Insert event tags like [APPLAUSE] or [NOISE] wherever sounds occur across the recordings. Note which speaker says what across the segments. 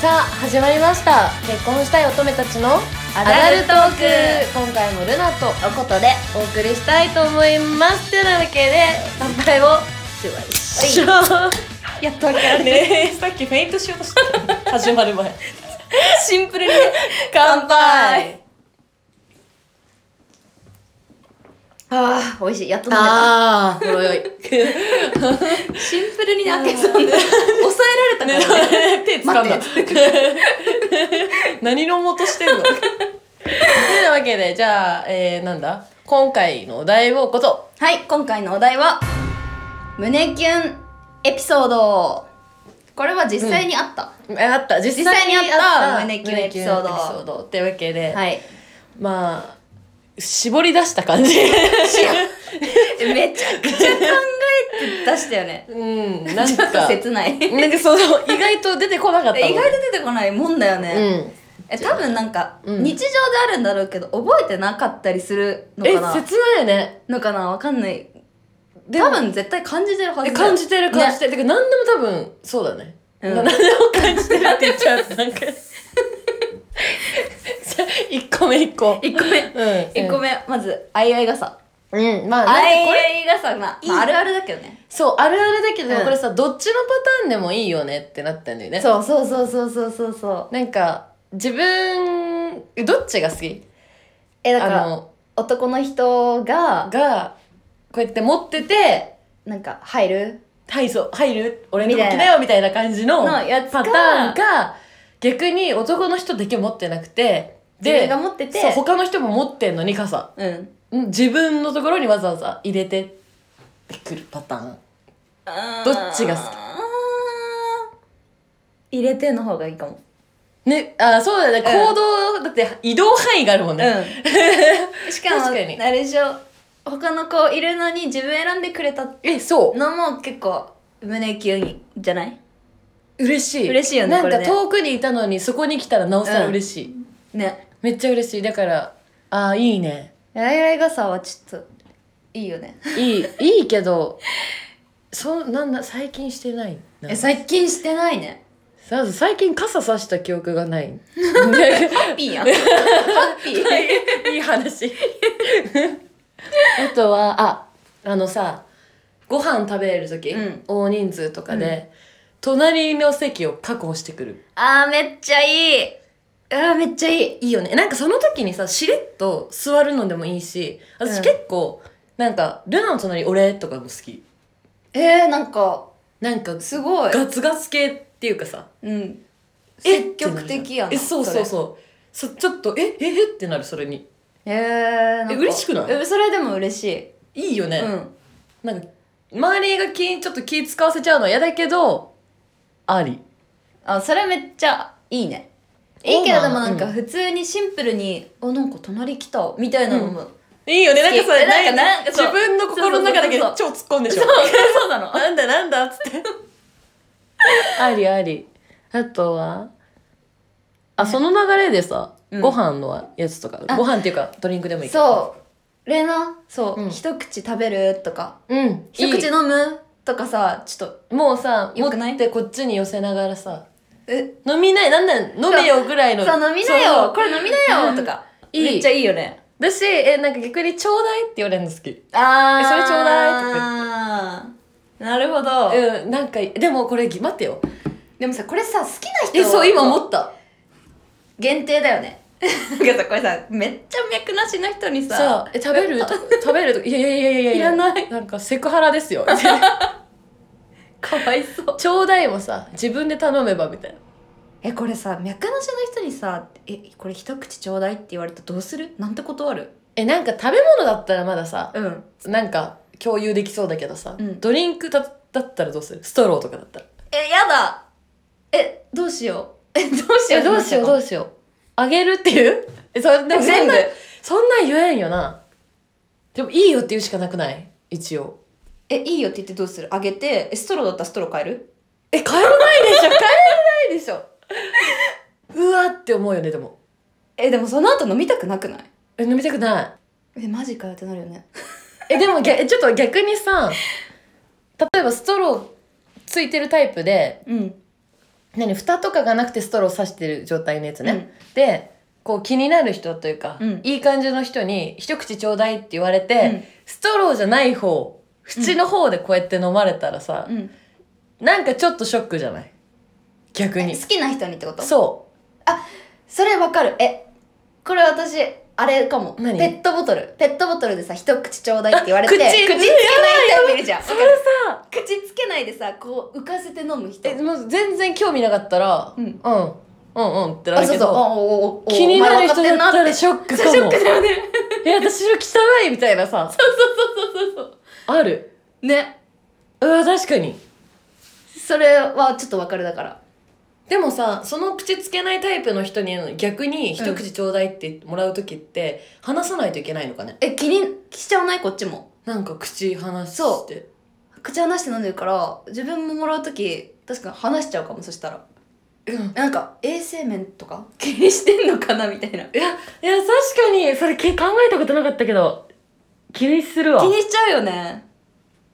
Speaker 1: さあ始まりました結婚したい乙女たちのアダルトーク今回もルナと
Speaker 2: ということで
Speaker 1: お送りしたいと思いますというわけで乾杯をしましょうやっとわから
Speaker 2: [LAUGHS]
Speaker 1: ね
Speaker 2: ねえさっきフェイントしようとした始まる前
Speaker 1: [LAUGHS] シンプルに乾杯
Speaker 2: ああ美味しいやっと飲めた
Speaker 1: ああほろ酔い
Speaker 2: [LAUGHS] シンプルに開けそうで抑
Speaker 1: [LAUGHS]
Speaker 2: えられたからね [LAUGHS]
Speaker 1: 手
Speaker 2: 掴んだ
Speaker 1: 何飲もうとしてんのというわけでじゃあ、えー、なんだ今回のお題をこと
Speaker 2: はい今回のお題は胸キュンエピソードこれは実際にあった、
Speaker 1: えあった実際にあっ
Speaker 2: 実際
Speaker 1: た
Speaker 2: にあった胸キュンエピソード
Speaker 1: 胸キュンエピソードってわけで、
Speaker 2: はい
Speaker 1: まあ絞り出した
Speaker 2: [LAUGHS]
Speaker 1: 感じ
Speaker 2: めちゃくちゃ考えて出したよね
Speaker 1: うんなん
Speaker 2: ちょっと
Speaker 1: か
Speaker 2: 切ない意
Speaker 1: なんかその意外と出てこなかったもん
Speaker 2: 外と出てこないもんだよね、
Speaker 1: うん
Speaker 2: え多分なんか、
Speaker 1: うん
Speaker 2: 日常であるんだろうけど覚えてなかったりするの
Speaker 1: え
Speaker 2: かな
Speaker 1: 切ないよね
Speaker 2: のかなわかんない
Speaker 1: でも
Speaker 2: 多分絶対感じてるはずだ
Speaker 1: え
Speaker 2: よ
Speaker 1: 感じてる感じてる、てか何でも多分そうだね、
Speaker 2: うん
Speaker 1: な何でも感じてるって言っちゃうとな
Speaker 2: [LAUGHS]
Speaker 1: んかさ1個目1個
Speaker 2: 1個目 [LAUGHS]
Speaker 1: うん
Speaker 2: 1個目まずあいあい傘
Speaker 1: うんまあ
Speaker 2: あ
Speaker 1: なん
Speaker 2: い
Speaker 1: かこれ
Speaker 2: あい傘まあ
Speaker 1: いい
Speaker 2: まああるあるだけどね
Speaker 1: そうあるあるだけど、
Speaker 2: うん
Speaker 1: これさどっちのパターンでもいいよねってなったんだよね
Speaker 2: そうそうそうそうそうそうそう
Speaker 1: なんか自分どっちが好き
Speaker 2: えだか
Speaker 1: あ
Speaker 2: ら
Speaker 1: の
Speaker 2: 男の人が
Speaker 1: がこうやって持ってて
Speaker 2: なんか入る
Speaker 1: 「はいそう入る俺の時
Speaker 2: みた
Speaker 1: だ
Speaker 2: い
Speaker 1: よ」みたいな感じの
Speaker 2: のやつか
Speaker 1: パターンが逆に男の人だけ持ってなくて
Speaker 2: 自分
Speaker 1: で
Speaker 2: が持ってて
Speaker 1: そう他の人も持ってんのに傘
Speaker 2: うん
Speaker 1: ん自分のところにわざわざ入れてくるパターンどっちが好き
Speaker 2: き入れての方がいいかも
Speaker 1: ねあそうだね、
Speaker 2: うん
Speaker 1: 行動だって移動範囲があるもんね、 [LAUGHS]
Speaker 2: うんしかも
Speaker 1: 確かに
Speaker 2: あれでしょ他の子いるのに自分選んでくれた
Speaker 1: えそう
Speaker 2: のも結構胸キュンじゃない
Speaker 1: 嬉しい
Speaker 2: 嬉しいよね
Speaker 1: なん
Speaker 2: これ
Speaker 1: か
Speaker 2: ね
Speaker 1: 遠くにいたのにそこに来たらなおさら嬉しい、
Speaker 2: ね
Speaker 1: めっちゃ嬉しいだからああいいね
Speaker 2: ライライ傘はちょっといいよね
Speaker 1: いいいいけどそうなんだ最近してないな
Speaker 2: え最近してないね
Speaker 1: さ最近傘さした記憶がない
Speaker 2: ハッピーやんハッピー
Speaker 1: [LAUGHS] いい話あとはああのさご飯食べる時、
Speaker 2: うん
Speaker 1: 大人数とかで、隣の席を確保してくる
Speaker 2: あーめっちゃいいあーめっちゃいい
Speaker 1: いいよねなんかその時にさしれっと座るのでもいいし私
Speaker 2: うん
Speaker 1: 結構、なんかルナの隣俺とかも好き
Speaker 2: えー、なんか
Speaker 1: なんか
Speaker 2: すごい
Speaker 1: ガツガツ系っていうかさ
Speaker 2: うん
Speaker 1: えっ
Speaker 2: 積極的やな
Speaker 1: えそうそうそうそちょっとえええってなるそれに
Speaker 2: えー、なんか
Speaker 1: え嬉しくない
Speaker 2: えそれでも嬉しい、
Speaker 1: いいよね、
Speaker 2: うん
Speaker 1: なんか周りが気ちょっと気使わせちゃうのは嫌だけどあり
Speaker 2: あそれめっちゃいいねい
Speaker 1: そ
Speaker 2: いうけ
Speaker 1: な
Speaker 2: れ
Speaker 1: の
Speaker 2: どもなんか
Speaker 1: うん
Speaker 2: 普通にシンプルに「あなんか隣来た」みたいなのも、
Speaker 1: いいよね
Speaker 2: 好きえなんかなんかそう
Speaker 1: 自分の心の中だけで
Speaker 2: そう
Speaker 1: 超突っ込んでしょ
Speaker 2: [LAUGHS] そうなの
Speaker 1: なんだなんだっつってありありあとはあその流れでさ、
Speaker 2: うん
Speaker 1: ご飯のやつとか
Speaker 2: あ
Speaker 1: ご飯っていうかドリンクでもいいけど
Speaker 2: そうレナそう、
Speaker 1: うん
Speaker 2: 一口食べるとか
Speaker 1: うん
Speaker 2: 一口
Speaker 1: い
Speaker 2: 飲むとかさちょっと
Speaker 1: いもうさ
Speaker 2: よくない
Speaker 1: 持ってこっちに寄せながらさ
Speaker 2: え
Speaker 1: 飲みないなんなん飲めよぐらいの
Speaker 2: さ飲みな
Speaker 1: そう
Speaker 2: よこれ飲みなよとか
Speaker 1: いい
Speaker 2: めっちゃいいよね
Speaker 1: だしえなんか逆にちょうだいって言われるの好き
Speaker 2: あ
Speaker 1: ー
Speaker 2: それちょうだいとかなるほど、
Speaker 1: うんなんかでもこれぎ待ってよ
Speaker 2: でもさこれさ好きな人
Speaker 1: えそう今
Speaker 2: も
Speaker 1: 思った
Speaker 2: 限定だよね [LAUGHS] なんかさこれさめっちゃ脈なしの人にさ
Speaker 1: さえ食べると食べるといやいやいやい [LAUGHS] やいや
Speaker 2: いらない
Speaker 1: なんかセクハラです [LAUGHS] よ
Speaker 2: かわいそう
Speaker 1: ちょうだいもさ自分で頼めばみたいな
Speaker 2: えこれさ脈なしの人にさ「えこれ一口ちょうだい」って言われたらどうするなんて断る
Speaker 1: えなんか食べ物だったらまださ
Speaker 2: うん
Speaker 1: なんか共有できそうだけどさ、
Speaker 2: うん
Speaker 1: ドリンクだだったらどうするストローとかだったら
Speaker 2: えやだえどうしようえどうしよ
Speaker 1: え
Speaker 2: う
Speaker 1: どうしようどうしようあげるっていうえそんな
Speaker 2: 全部
Speaker 1: そんなん言えんよなでもいいよって言うしかなくない一応
Speaker 2: えいいよって言ってどうするあげてえストローだったらストロー変える
Speaker 1: え帰らないでしょ帰らないでしょ [LAUGHS] うわって思うよねでも
Speaker 2: えでもその後飲みたくなくない
Speaker 1: え飲みたくない
Speaker 2: えマジかよってなるよね
Speaker 1: えでもぎゃえちょっと逆にさ例えばストローついてるタイプで
Speaker 2: うん
Speaker 1: 何蓋とかがなくてストロー刺してる状態のやつね、
Speaker 2: うん
Speaker 1: でこう気になる人というか、
Speaker 2: うん
Speaker 1: いい感じの人に一口ちょうだいって言われて、
Speaker 2: うん
Speaker 1: ストローじゃない方縁の方でこうやって飲まれたらさ、
Speaker 2: うん
Speaker 1: なんかちょっとショックじゃない逆に
Speaker 2: え好きな人にってこと
Speaker 1: そ
Speaker 2: それわかるえこれ私あれかもペ
Speaker 1: 何
Speaker 2: ットボトルペットボトルでさ一 [LAUGHS] 口ちょうだいって言われて
Speaker 1: あ口
Speaker 2: つけない人もいるじゃん
Speaker 1: うそ
Speaker 2: わ
Speaker 1: れ
Speaker 2: かる
Speaker 1: さ
Speaker 2: 口つけないでさこう浮かせて飲む人
Speaker 1: えもう全然興味なかったら、
Speaker 2: うん
Speaker 1: うんうんうんってな
Speaker 2: あ
Speaker 1: る
Speaker 2: そう
Speaker 1: け
Speaker 2: そうお
Speaker 1: ど
Speaker 2: おおお
Speaker 1: 気になる人
Speaker 2: お前
Speaker 1: だ
Speaker 2: 分かって
Speaker 1: った
Speaker 2: んな
Speaker 1: ら
Speaker 2: って
Speaker 1: ショック
Speaker 2: そ
Speaker 1: か
Speaker 2: れショッ
Speaker 1: も
Speaker 2: クだよね
Speaker 1: [LAUGHS] え私の汚いみたいなさ
Speaker 2: そうそう
Speaker 1: ある
Speaker 2: ね
Speaker 1: うわ確かに
Speaker 2: それはちょっとわかるだから
Speaker 1: でもさその口つけないタイプの人に逆に一口ちょうだいってもらう時って話さないといけないのかね
Speaker 2: え気にしちゃわないこっちも
Speaker 1: なんか口話し
Speaker 2: そ
Speaker 1: て
Speaker 2: 口離して飲んでるから自分ももらう時確かに話しちゃうかもそしたら
Speaker 1: うん
Speaker 2: なんか衛生面とか [LAUGHS] 気にしてんのかなみたいない
Speaker 1: やいや確かにそれけ考えたことなかったけど気にするわ
Speaker 2: 気
Speaker 1: 確か
Speaker 2: にしちゃうよね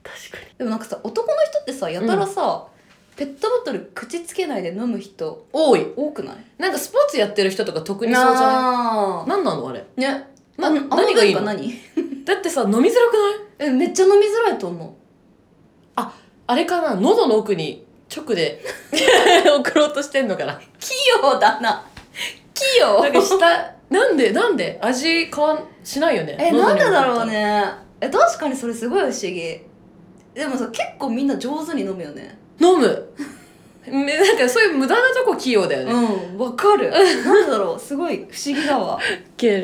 Speaker 1: に
Speaker 2: でもなんかさ男の人ってさやたらさ、ペットボトル口つけないで飲む人
Speaker 1: 多い
Speaker 2: 多くない
Speaker 1: なんかスポーツやってる人とか特にそうじゃない
Speaker 2: な
Speaker 1: なんなのあれ
Speaker 2: あね
Speaker 1: な
Speaker 2: あの
Speaker 1: 何がいいの
Speaker 2: あ文化何
Speaker 1: だってさ飲みづらくな
Speaker 2: え
Speaker 1: い
Speaker 2: めっちゃ飲みづらいと思
Speaker 1: あれかな喉の奥に
Speaker 2: [LAUGHS]
Speaker 1: 直で送ろうとしてんのかな
Speaker 2: う器用だな器用
Speaker 1: なんか下なんでなんで味変わんしないよね
Speaker 2: えなん
Speaker 1: 喉に
Speaker 2: で
Speaker 1: 送った
Speaker 2: だ
Speaker 1: ら
Speaker 2: ろうねえ確かにそれすごい不思議でもさ結構みんな上手に飲むよね
Speaker 1: 飲むねなんかそういう無駄なとこ器用だよね、
Speaker 2: うんわかるなんでだろうすごい不思議だわ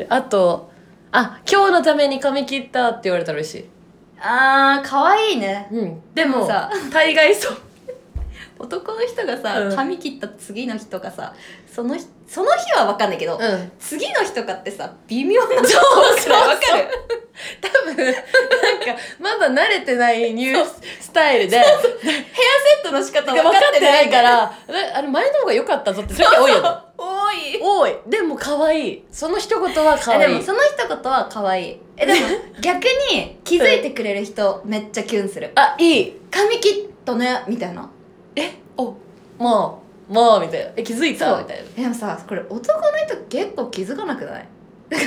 Speaker 1: あとあ今日のために髪切ったって言われたら嬉しい
Speaker 2: [LAUGHS] あーかわいいね
Speaker 1: うんで
Speaker 2: で
Speaker 1: も
Speaker 2: もさ
Speaker 1: 大
Speaker 2: [LAUGHS]
Speaker 1: 概そう
Speaker 2: 男の人がさ、
Speaker 1: うん
Speaker 2: 髪切った次の日とかさその日その日は分かんないけど、
Speaker 1: うん
Speaker 2: 次の日とかってさ微妙な
Speaker 1: そう
Speaker 2: 分
Speaker 1: そう
Speaker 2: かる
Speaker 1: 多分なんかまだ慣れてないニュースタイルで
Speaker 2: ヘアセットの仕方
Speaker 1: 分
Speaker 2: 分か
Speaker 1: か
Speaker 2: っ
Speaker 1: って
Speaker 2: てな
Speaker 1: な
Speaker 2: い
Speaker 1: い
Speaker 2: か
Speaker 1: かららなあれ前の方が良かったぞって時多いよね
Speaker 2: [LAUGHS] 多い
Speaker 1: 多いでも可愛いその一言は可
Speaker 2: えで
Speaker 1: 愛い
Speaker 2: もその一言は可愛いえ
Speaker 1: [LAUGHS]
Speaker 2: でも逆に気づいてくれる人めっちゃキュンする
Speaker 1: あいい
Speaker 2: 髪切ったねみたいな
Speaker 1: えおもうもうみたいなえ気づいた
Speaker 2: そう
Speaker 1: みたいな
Speaker 2: えでもさこれ男の人結構気づかなくないえ
Speaker 1: え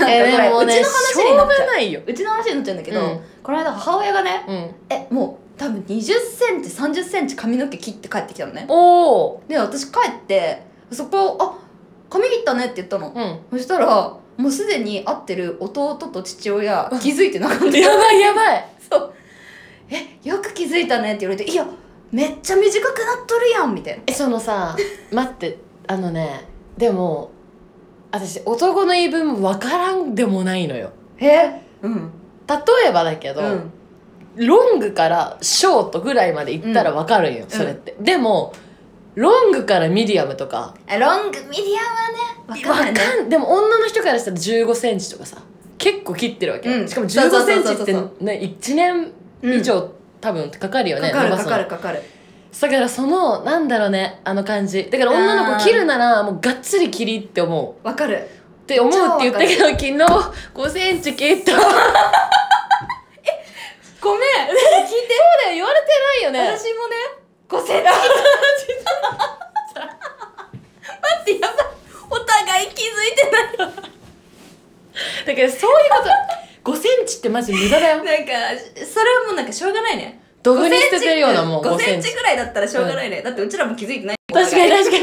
Speaker 1: でもね
Speaker 2: うちの話になっち
Speaker 1: しょう
Speaker 2: ゃ
Speaker 1: が
Speaker 2: う
Speaker 1: ないよ
Speaker 2: うちの話になっちゃうんだけど、
Speaker 1: うん
Speaker 2: この間母親がね
Speaker 1: うん
Speaker 2: えもう多分2 0センチ3 0センチ髪の毛切って帰ってきたのね
Speaker 1: おお
Speaker 2: で私帰ってそこあ髪切ったねって言ったの、
Speaker 1: うん
Speaker 2: そしたらもうすでに会ってる弟と父親気づいてなかった
Speaker 1: [LAUGHS] やばいやばい
Speaker 2: [LAUGHS] そうえよく気づいたねって言われて「いやめっちゃ短くなっとるやん」みたいな
Speaker 1: えそのさ待ってあのねでも私男の言い分も分からんでもないのよ
Speaker 2: えうん
Speaker 1: 例えばだけ
Speaker 2: う
Speaker 1: ど、
Speaker 2: ん
Speaker 1: ロングからショートぐらいまで行ったら分かるんよ、それって、でもロングからミディアムとか
Speaker 2: あロングミディアムはねわかんないね
Speaker 1: わかんでも女の人からしたら1 5センチとかさ結構切ってるわけ
Speaker 2: う
Speaker 1: よ、
Speaker 2: ん
Speaker 1: しかも
Speaker 2: そう
Speaker 1: 1
Speaker 2: そう
Speaker 1: 5
Speaker 2: そ
Speaker 1: セ
Speaker 2: う
Speaker 1: ン
Speaker 2: そ
Speaker 1: チ
Speaker 2: う
Speaker 1: ってね1年以上、多分かかるよ
Speaker 2: うん
Speaker 1: ね
Speaker 2: かかる
Speaker 1: 伸ば
Speaker 2: か
Speaker 1: すの
Speaker 2: かるかかる
Speaker 1: だからそのなんだろうねあの感じだから女の
Speaker 2: あー
Speaker 1: 子切るならもうがっつり切りって思う
Speaker 2: わかる
Speaker 1: って思うって言ったけど昨日5センチ切
Speaker 2: [LAUGHS]
Speaker 1: ったそう
Speaker 2: ごめん聞いて
Speaker 1: だよ言われてないよね
Speaker 2: 私もね5セン [LAUGHS] チ待ってやばいお互い気づいてない
Speaker 1: だからそういうこと5センチってマジ無駄だよ
Speaker 2: なんかそれはもうなんかしょうがないね
Speaker 1: ドブに捨ててるようなもん
Speaker 2: 5
Speaker 1: 5
Speaker 2: セ
Speaker 1: セ
Speaker 2: ン
Speaker 1: ン
Speaker 2: チ
Speaker 1: チ
Speaker 2: ぐらいだったらしょうがないね、だってうちらも気づいてない
Speaker 1: 確かに
Speaker 2: に
Speaker 1: 確かに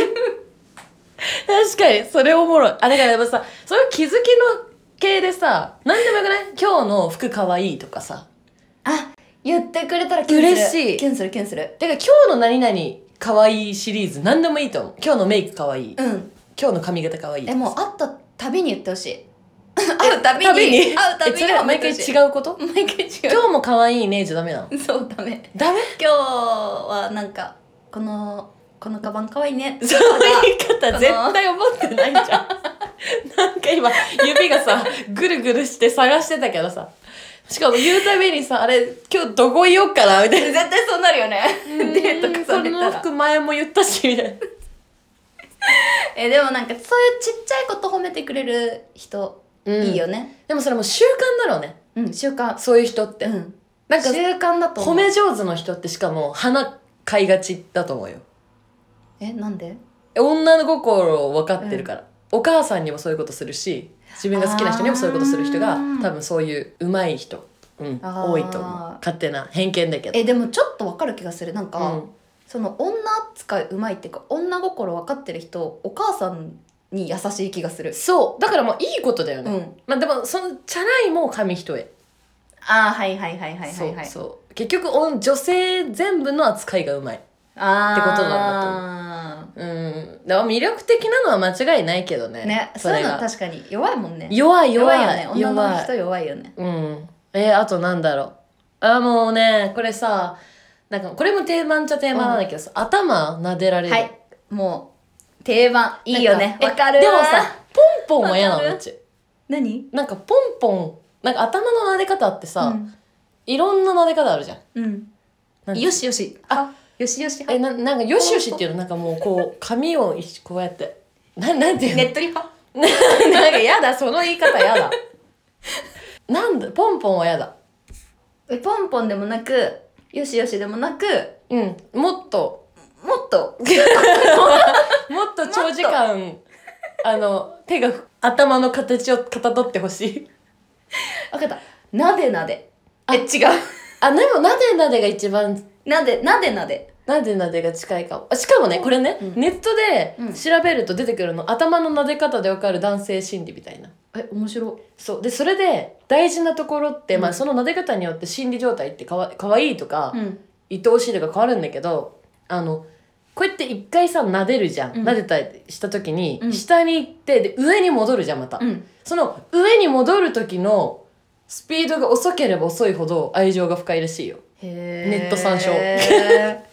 Speaker 1: 確かにそれおもろいあだからやっぱさそういう気づきの系でさ何でもよくない今日の服かわいいとかさ
Speaker 2: あ言ってくれたらキュンする
Speaker 1: 嬉しい
Speaker 2: キュンするキュンする
Speaker 1: だから今日の何々かわいいシリーズ何でもいいと思う今日のメイクかわいい、
Speaker 2: うん
Speaker 1: 今日の髪型かわいい
Speaker 2: えもう会ったたびに言ってほし
Speaker 1: [LAUGHS]
Speaker 2: い会うたびに
Speaker 1: に
Speaker 2: 会うたび
Speaker 1: え
Speaker 2: に
Speaker 1: それは毎
Speaker 2: う
Speaker 1: 回違うこと
Speaker 2: 毎回違
Speaker 1: 今日もかわいいねじゃダメなの
Speaker 2: うそうダメ
Speaker 1: ダメ
Speaker 2: 今日はなんかこのこのカバン可愛いね
Speaker 1: その言い方絶対思ってないじゃん。なんか今指がさぐるぐるして探してたけどさしかも言うたびにさあれ今日どこいよっかなみたい
Speaker 2: [LAUGHS] 絶対そうなるよね [LAUGHS] デート
Speaker 1: な。そ
Speaker 2: 重ねた
Speaker 1: の
Speaker 2: ら
Speaker 1: 服前も言ったしみたいな。
Speaker 2: えでもなんかそういうちっちゃいこと褒めてくれる人、
Speaker 1: うん
Speaker 2: いいよね
Speaker 1: でもそれもう習慣だろうね
Speaker 2: うん習慣
Speaker 1: そういう人って。
Speaker 2: うん
Speaker 1: なんか
Speaker 2: 習慣だと思
Speaker 1: 褒
Speaker 2: う
Speaker 1: め上手の人ってしかも花買いがちだと思うよ。
Speaker 2: えなんで
Speaker 1: 女の心を分かってるから、お母さんにもそういうことするし自分が好きな人にもそういうことする人が
Speaker 2: あー
Speaker 1: 多分そういう上手い人、うん、
Speaker 2: あー
Speaker 1: 多いと思う勝手な偏見だけど
Speaker 2: えでもちょっとわかる気がするなんか、
Speaker 1: うん
Speaker 2: その女扱いうまいっていうか女心分かってる人お母さんに優しい気がする
Speaker 1: そうだからもういいことだよ
Speaker 2: う
Speaker 1: ね、
Speaker 2: ん
Speaker 1: まあでもそのチャラいも紙一重、
Speaker 2: ああはいはいはいはいはい
Speaker 1: そう
Speaker 2: はい
Speaker 1: そう結局おん女性全部の扱いがうまい
Speaker 2: あー
Speaker 1: ってことなうんだから魅力的なのは間違いないけどね
Speaker 2: ね
Speaker 1: そ
Speaker 2: そう
Speaker 1: れ
Speaker 2: いうの
Speaker 1: が
Speaker 2: 確かに弱いもんね
Speaker 1: 弱い弱い
Speaker 2: よね女の人弱いよね
Speaker 1: うん。えーあとなんだろう。あー、もうね、これさ、なんか、これも定番っちゃ定番なんだけどさ、頭撫でられる。
Speaker 2: はいもう定番いいよね
Speaker 1: なん
Speaker 2: わかる
Speaker 1: え
Speaker 2: わ
Speaker 1: でもさ、ポンポンも嫌な
Speaker 2: わか
Speaker 1: の、
Speaker 2: る
Speaker 1: うち。
Speaker 2: 何
Speaker 1: なんか、ポンポン、なんか頭の撫で方ってさ、
Speaker 2: うん
Speaker 1: いろんな撫で方あるじゃん。
Speaker 2: うん
Speaker 1: なんか
Speaker 2: よしよしあよしよし
Speaker 1: え、
Speaker 2: 派
Speaker 1: ななんか、よしよしっていうの、なんかもう、こう、髪を一こうやって。ななんていうの、
Speaker 2: ねっとり [LAUGHS] 派
Speaker 1: なんか嫌だ、その [LAUGHS] 言い方嫌だ。なんだ、ポンポンは嫌だ。
Speaker 2: えポンポンでもなくよしよしでもなく
Speaker 1: うん。もっと、
Speaker 2: もっと
Speaker 1: もっと長時間あの手が頭の形をかたどってほしい
Speaker 2: 分かったなでなで
Speaker 1: あ
Speaker 2: え違う
Speaker 1: あでもなでなでが一番
Speaker 2: なでなでなで
Speaker 1: なでなでが近いかもあしかもねこれね、
Speaker 2: うん
Speaker 1: ネットで
Speaker 2: うん
Speaker 1: 調べると出てくるの、頭のなで方でわかる男性心理みたいな
Speaker 2: え面白
Speaker 1: そうでそれで大事なところって、
Speaker 2: うん
Speaker 1: まあ、そのなで方によって心理状態ってかわかわいいとか、
Speaker 2: うん
Speaker 1: 愛おしいとか変わるんだけどあのこうやって一回さなでるじゃん、
Speaker 2: うん
Speaker 1: なでたりした時に、
Speaker 2: うん
Speaker 1: 下に行ってで上に戻るじゃんまた、
Speaker 2: うん
Speaker 1: その上に戻る時のスピードが遅ければ遅いほど愛情が深いらしいよ
Speaker 2: へー
Speaker 1: ネット [LAUGHS] 参照
Speaker 2: へ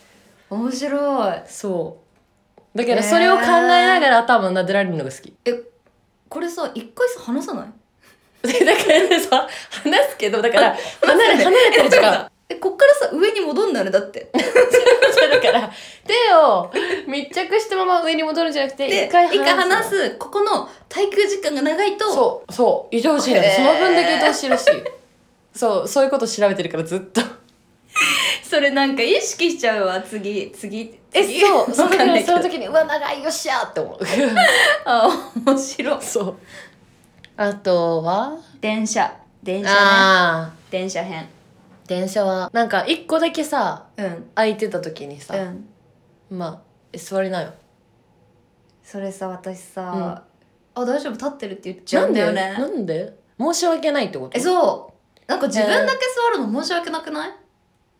Speaker 2: ー面白い
Speaker 1: そうだからそれを考えながら頭撫でられるのが好き [LAUGHS]
Speaker 2: これさ一回さ話さない
Speaker 1: だからねさ話すけどだから離れ離れてる時間
Speaker 2: えこっからさ上に戻んだねだって
Speaker 1: [LAUGHS] そうだから手を密着したまま上に戻るんじゃなくて
Speaker 2: で
Speaker 1: 一回
Speaker 2: 一回
Speaker 1: 離
Speaker 2: 話
Speaker 1: す
Speaker 2: すここの耐久時間が長いと
Speaker 1: そうそう愛おしいの
Speaker 2: へー
Speaker 1: その分だけ愛おしいらしいそうそういうこと調べてるからずっと [LAUGHS]
Speaker 2: それなんか意識しちゃうわ次次
Speaker 1: え
Speaker 2: 次
Speaker 1: そうそ
Speaker 2: わ
Speaker 1: の
Speaker 2: かんない
Speaker 1: 時
Speaker 2: け
Speaker 1: そ
Speaker 2: ど
Speaker 1: の時にうわ長いよっしゃーって思う
Speaker 2: あ面白い
Speaker 1: [LAUGHS] そうあとは
Speaker 2: 電車電車ね
Speaker 1: ああ
Speaker 2: 電車編
Speaker 1: 電車はなんか一個だけさ
Speaker 2: うん
Speaker 1: 空いてた時にさ、
Speaker 2: うん
Speaker 1: まあえ座りなよ
Speaker 2: それさ私さ、あ大丈夫立ってるって言っちゃ
Speaker 1: な
Speaker 2: うん
Speaker 1: ん
Speaker 2: だ
Speaker 1: で
Speaker 2: よね
Speaker 1: なんで申し訳ないってこと
Speaker 2: えそうなんか自分だけ座るの申し訳なくない、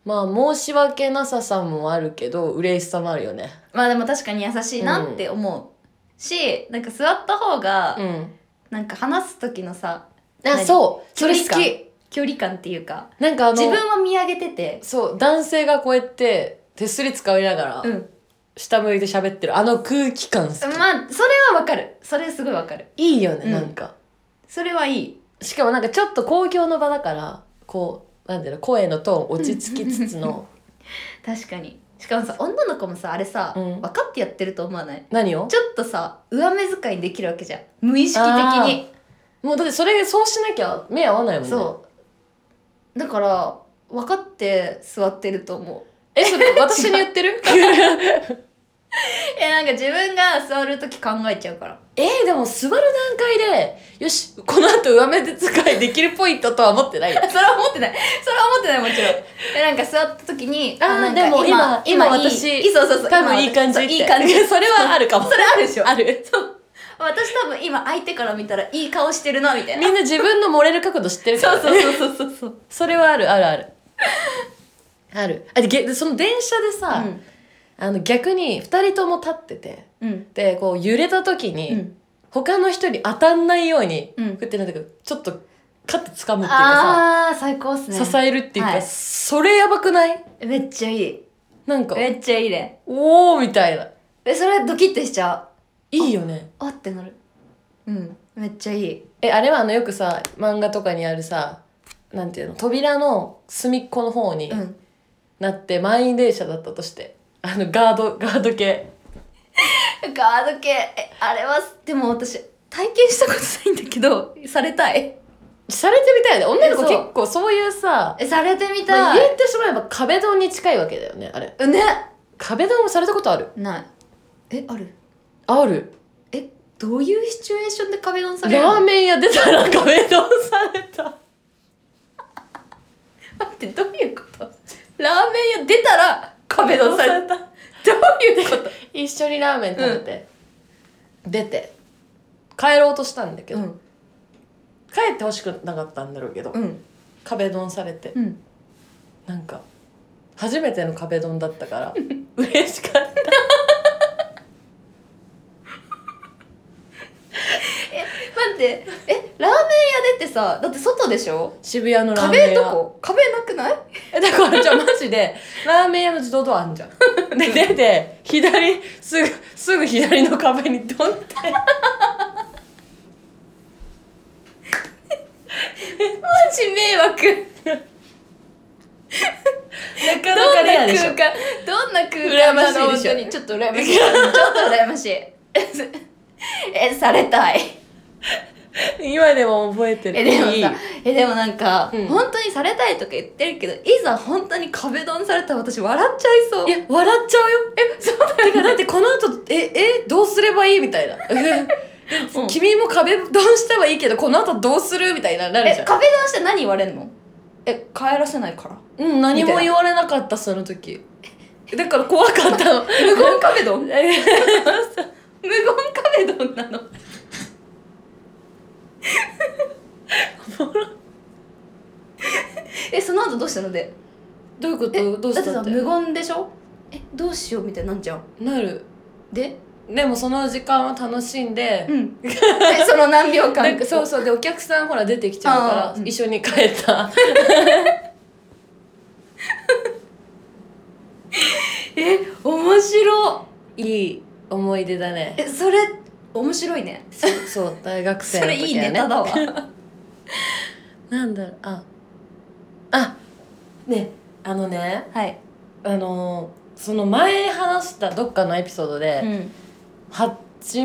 Speaker 1: まあ申し訳なささもあるけど嬉しさもあるよね
Speaker 2: まあでも確かに優しいなって思う、しなんか座った方が、
Speaker 1: ん
Speaker 2: なんか話す時のさ
Speaker 1: あ
Speaker 2: 何
Speaker 1: そうそれ好
Speaker 2: 距離
Speaker 1: き
Speaker 2: 感距離感っていうか
Speaker 1: なんかあの
Speaker 2: 自分は見上げてて
Speaker 1: そう男性がこうやって手すり使いながら、
Speaker 2: うん
Speaker 1: 下向いて喋ってるあの空気感好き、
Speaker 2: まあそれはわかるそれすごいわかる
Speaker 1: いいよね、
Speaker 2: うん
Speaker 1: なんか
Speaker 2: それはいい
Speaker 1: しかもなんかちょっと公共の場だからこうなんていうの声のトーン落ち着きつつの
Speaker 2: 確かにしかもさ女の子もさあれさ、
Speaker 1: う
Speaker 2: 分
Speaker 1: ん
Speaker 2: かってやってると思わない
Speaker 1: 何を
Speaker 2: ちょっとさ上目遣いできるわけじゃん無意識的に
Speaker 1: もうだってそれそうしなきゃ目合わないもんね
Speaker 2: そうだから分かって座ってると思う
Speaker 1: えそれ私に言ってる
Speaker 2: えなんか自分が座る時考えちゃうから
Speaker 1: [LAUGHS]
Speaker 2: [LAUGHS]
Speaker 1: えーでも座る段階でよしこの後上目で使いできるポイントとは思ってないよ
Speaker 2: それは思ってないそれは思ってないもちろんえなんか座った時に
Speaker 1: あー
Speaker 2: なん
Speaker 1: で
Speaker 2: か
Speaker 1: も今今
Speaker 2: いい
Speaker 1: 私
Speaker 2: いいそうそうそう
Speaker 1: 多分
Speaker 2: 今
Speaker 1: いい感じ
Speaker 2: そう
Speaker 1: って
Speaker 2: いい感じ
Speaker 1: それはあるかも
Speaker 2: それあるでしょ
Speaker 1: [LAUGHS] ある
Speaker 2: 私多分今相手から見たらいい顔してるなみたいな
Speaker 1: みんな自分の漏れる角度知ってるから、ね、
Speaker 2: そうそうそうそうそう
Speaker 1: それはあるあるあるあるあでげでその電車でさ、あの逆に2人とも立ってて
Speaker 2: うん
Speaker 1: でこう揺れた時
Speaker 2: う
Speaker 1: に、
Speaker 2: ん
Speaker 1: 他の人に当たんないように、
Speaker 2: うん
Speaker 1: こうやってなんていうかちょっとカッて掴むっていうか
Speaker 2: あー最高っすね
Speaker 1: さ、支えるっていうか、
Speaker 2: はい
Speaker 1: それやばくない
Speaker 2: めっちゃいい
Speaker 1: なんか
Speaker 2: めっちゃいいね
Speaker 1: おおみたいな
Speaker 2: えそれドキッとしちゃ
Speaker 1: いいよね
Speaker 2: うあってなるうんめっちゃいい
Speaker 1: えあれはあのよくさ漫画とかにあるさなんていうの扉の隅っこの方に
Speaker 2: うん
Speaker 1: なって、満員電車だったとしてあのガードガード系
Speaker 2: ガード系えあれはでも私体験したことないんだけどされたい
Speaker 1: されてみたいよね女の子
Speaker 2: えそう
Speaker 1: 結構そういうさ、
Speaker 2: えされてみ
Speaker 1: ま
Speaker 2: た
Speaker 1: あ、
Speaker 2: い、
Speaker 1: 言ってしまえば壁ドンに近いわけだよねあれ
Speaker 2: ね
Speaker 1: 壁ドンもされたことある
Speaker 2: ないえある
Speaker 1: ある
Speaker 2: えどういうシチュエーションで壁ドンされる
Speaker 1: ラー
Speaker 2: の
Speaker 1: メン屋出たら壁ドンされた
Speaker 2: 待ってどういうことラーメン屋出たら壁ドンされた
Speaker 1: た
Speaker 2: どういうこと
Speaker 1: 一緒にラーメン食べて、出て帰ろうとしたんだけど、
Speaker 2: ん
Speaker 1: 帰ってほしくなかったんだろうけど、
Speaker 2: うん
Speaker 1: 壁ドンされて
Speaker 2: うん
Speaker 1: なんか初めての壁ドンだったから [LAUGHS] 嬉しかった
Speaker 2: 待ってえラーメン屋出てさだって外でしょ
Speaker 1: 渋谷のラーメ
Speaker 2: 壁
Speaker 1: ン屋
Speaker 2: どこ壁なくない
Speaker 1: えだからじゃあマジでラーメン屋の自動ドアあんじゃん [LAUGHS] で出て左すぐすぐ左の壁にドンって
Speaker 2: マジ迷惑
Speaker 1: なか
Speaker 2: ど
Speaker 1: なん
Speaker 2: な
Speaker 1: かレアでし
Speaker 2: 空
Speaker 1: ょ
Speaker 2: 間どんな空間なの
Speaker 1: 羨ま
Speaker 2: 本
Speaker 1: しいでしょ
Speaker 2: 当にちょっと羨
Speaker 1: [LAUGHS]
Speaker 2: ましいちょっと羨ましい [LAUGHS] えされたい
Speaker 1: 今でも覚えてる
Speaker 2: えでも
Speaker 1: いい
Speaker 2: さえでもなんか、
Speaker 1: うん
Speaker 2: 本当にされたいとか言ってるけどいざ本当に壁ドンされたら私笑っちゃいそう
Speaker 1: いや笑っちゃうよえそうだからだってこの後ええどうすればいいみたい
Speaker 2: [LAUGHS] う
Speaker 1: な
Speaker 2: ん
Speaker 1: 君も壁ドンしたはいいけどこの後どうするみたいななるじ
Speaker 2: え
Speaker 1: ゃん
Speaker 2: 壁ドンして何言われるのえ帰らせないから
Speaker 1: うん何も言われなかったその時だから怖かった
Speaker 2: [LAUGHS]
Speaker 1: の
Speaker 2: 無言壁ドン無言壁ドンなのえその後どうしたので
Speaker 1: どういうこ
Speaker 2: え
Speaker 1: とどう
Speaker 2: だ
Speaker 1: し
Speaker 2: って
Speaker 1: た
Speaker 2: さ
Speaker 1: って
Speaker 2: 無言でしょえどうしようみたいになっちゃう
Speaker 1: なる
Speaker 2: で
Speaker 1: でもその時間は楽しんで、
Speaker 2: うん [LAUGHS] えその何秒間
Speaker 1: なんかそうそうでお客さんほら出てきちゃうか
Speaker 2: あ
Speaker 1: ら
Speaker 2: ーうん
Speaker 1: 一緒に帰った
Speaker 2: え面白
Speaker 1: いい思い出だね
Speaker 2: えそれ面白いね
Speaker 1: そうそう大学生
Speaker 2: そ
Speaker 1: の時
Speaker 2: れ
Speaker 1: は、ね、
Speaker 2: いいネタだわ
Speaker 1: なんだろうああねあのね
Speaker 2: はい、
Speaker 1: あのーその前話したどっかのエピソードで、
Speaker 2: ん、
Speaker 1: 初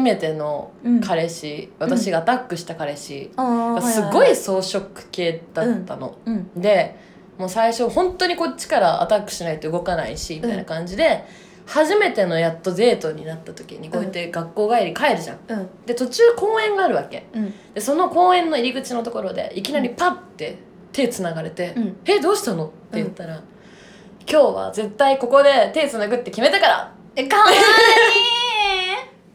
Speaker 1: めての彼氏、
Speaker 2: ん
Speaker 1: 私がアタックした彼氏
Speaker 2: あ
Speaker 1: がすごい装飾系だったの。
Speaker 2: うん
Speaker 1: でもう最初本当にこっちからアタックしないと動かないしみたいな感じで、初めてのやっとデートになった時にこうやって学校帰り帰るじゃん。
Speaker 2: うん
Speaker 1: で途中公園があるわけ
Speaker 2: うん
Speaker 1: でその公園の入り口のところでいきなりパッて手つながれて「
Speaker 2: うん
Speaker 1: えどうしたの?」って言ったら、今日は絶対ここで手つなぐって決めたから
Speaker 2: えかわ [LAUGHS] いい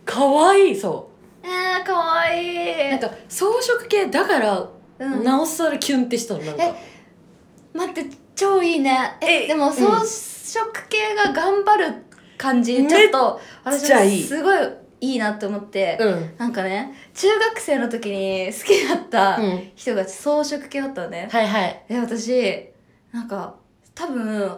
Speaker 1: かわいいそ
Speaker 2: あーかわいうい
Speaker 1: なんか装飾系だから、
Speaker 2: うん
Speaker 1: なおさらキュンってしたのなんか
Speaker 2: え待って超いいねえでも装飾系が頑張る感じ、
Speaker 1: うん
Speaker 2: ちょっと
Speaker 1: めっ
Speaker 2: 私
Speaker 1: ちゃいい
Speaker 2: すごいいいなって思って、
Speaker 1: うん、
Speaker 2: なんかね中学生の時に好きだった
Speaker 1: うん、
Speaker 2: 人が装飾系だったのね、
Speaker 1: はいはい
Speaker 2: え私なんか多分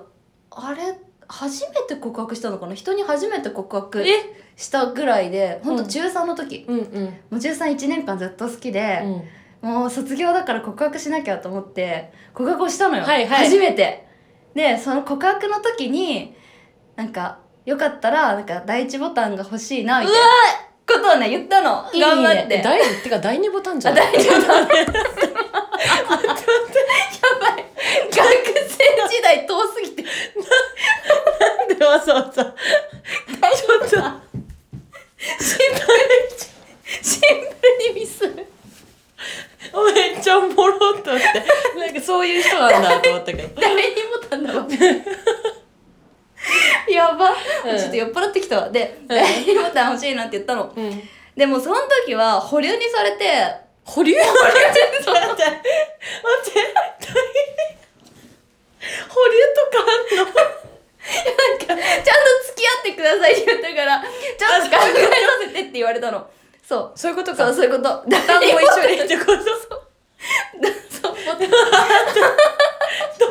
Speaker 2: あれ初めて告白したのかな人に初めて告白
Speaker 1: え
Speaker 2: したぐらいでほんと
Speaker 1: うん
Speaker 2: 中3の時、
Speaker 1: うんうん
Speaker 2: もう131年間ずっと好き
Speaker 1: う
Speaker 2: で、
Speaker 1: ん
Speaker 2: もう卒業だから告白しなきゃと思って告白をしたのよ、
Speaker 1: はいはい
Speaker 2: 初めてでその告白の時になんかよかったらなんか第一ボタンが欲しいなみたいなことをね言ったの
Speaker 1: いいね
Speaker 2: 頑張って
Speaker 1: 第てか第二ボタン
Speaker 2: [LAUGHS]
Speaker 1: じゃ
Speaker 2: あ
Speaker 1: ない
Speaker 2: 大丈夫だねやばい学生時代遠すぎて
Speaker 1: なんでわざわざ大丈夫だ
Speaker 2: シンプルにシンプルにミスる
Speaker 1: めっちゃ [LAUGHS] おもろっと思ってなんかそういう人なんだと思ったけど
Speaker 2: 誰にもたんだわ [LAUGHS] やば、
Speaker 1: うん
Speaker 2: ちょっと酔っ払ってきたわで、
Speaker 1: ん
Speaker 2: 誰にもたん欲しいなって言ったの
Speaker 1: うん
Speaker 2: でもその時は保留にされて
Speaker 1: 保留保留
Speaker 2: そう [LAUGHS]
Speaker 1: 待って待って大変保留とかあん
Speaker 2: な
Speaker 1: の
Speaker 2: んかちゃんと付き合ってくださいって言ったからちょっと考えさせてって言われたのそう
Speaker 1: そういうこと
Speaker 2: そ
Speaker 1: か
Speaker 2: うそういうこと
Speaker 1: ボタンも一緒にってこと
Speaker 2: そう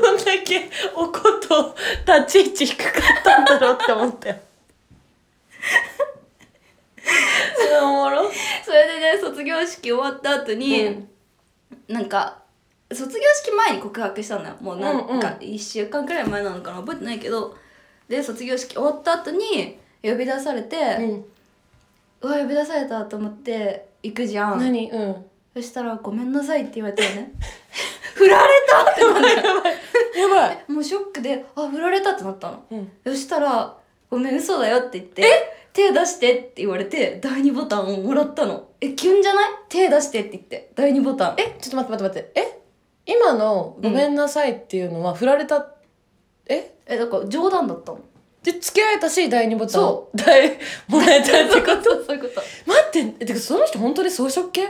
Speaker 1: どんだけおこと立ち位置低かったんだろうって思ったよそれおもろ
Speaker 2: それでね卒業式終わった後に、
Speaker 1: うん
Speaker 2: なんか卒業式前に告白したのよもうなん
Speaker 1: うんうん
Speaker 2: か1週間くらい前なのかな覚えてないけどで卒業式終わった後に呼び出されて、
Speaker 1: うん
Speaker 2: うわ呼び出されたと思って行くじゃん
Speaker 1: 何うん
Speaker 2: そしたら「ごめんなさい」って言われたよね [LAUGHS] 振られたってなっ
Speaker 1: [LAUGHS] やばい
Speaker 2: てもうショックで「あ振られた」ってなったの
Speaker 1: うん
Speaker 2: そしたら「ごめん嘘だよ」って言ってえ手出してって言われて第2ボタンをもらったのえキュンじゃない手出してって言って第2ボタン
Speaker 1: えちょっと待って待って待ってえ今の「ごめんなさい」っていうのは振られた、え
Speaker 2: えだから冗談だったの
Speaker 1: で付き合えたし第2ボタン
Speaker 2: そ
Speaker 1: 第もらえたってこ
Speaker 2: [LAUGHS]
Speaker 1: と
Speaker 2: そういうこと
Speaker 1: 待ってえてかその人本当に草食系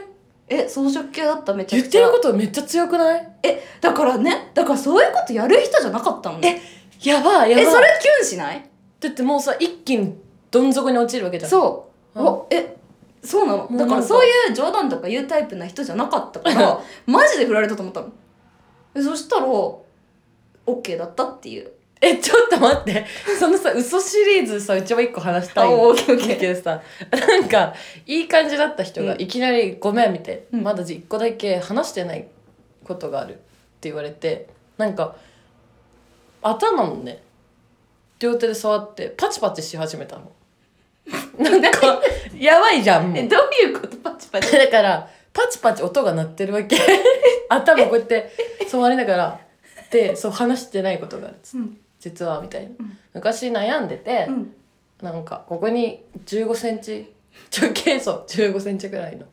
Speaker 2: え装飾系だっためちゃ
Speaker 1: 言っ
Speaker 2: くち
Speaker 1: て
Speaker 2: ゃ
Speaker 1: ることめっちゃ強くない
Speaker 2: えだからねだからそういうことやる人じゃなかったのね
Speaker 1: やばいや
Speaker 2: え
Speaker 1: ばい
Speaker 2: それキュンしない
Speaker 1: だってもうさ一気にどん底に落ちるわけじゃん
Speaker 2: そう、
Speaker 1: うん
Speaker 2: おえそうな
Speaker 1: う
Speaker 2: の
Speaker 1: な
Speaker 2: だ
Speaker 1: んか
Speaker 2: からそういう冗談とか言うタイプな人じゃなかったから [LAUGHS] マジで振られたと思ったのでそしたら OK だったっていう
Speaker 1: えちょっと待ってそのさ嘘シリーズさうちも一個話した
Speaker 2: あ
Speaker 1: いん
Speaker 2: オーケーオーケ
Speaker 1: だ
Speaker 2: ー
Speaker 1: けどさなんかいい感じだった人が
Speaker 2: うん
Speaker 1: いきなり「ごめん」みたい
Speaker 2: う
Speaker 1: な、
Speaker 2: ん
Speaker 1: まだ一個だけ話してないことがある」って言われてなんか頭もね両手で触ってパチパチし始めた
Speaker 2: [LAUGHS]
Speaker 1: の。なんかやばいじゃんもう
Speaker 2: えどういうことパチパチ
Speaker 1: [LAUGHS] だからパチパチ音が鳴ってるわ
Speaker 2: [LAUGHS]
Speaker 1: け頭こうやって触りながらでそう話してないことがある
Speaker 2: うん
Speaker 1: 実はみたいな
Speaker 2: うん
Speaker 1: 昔悩んでて、
Speaker 2: うん
Speaker 1: なんかここに1 5センチ直径そう1 5センチぐらいの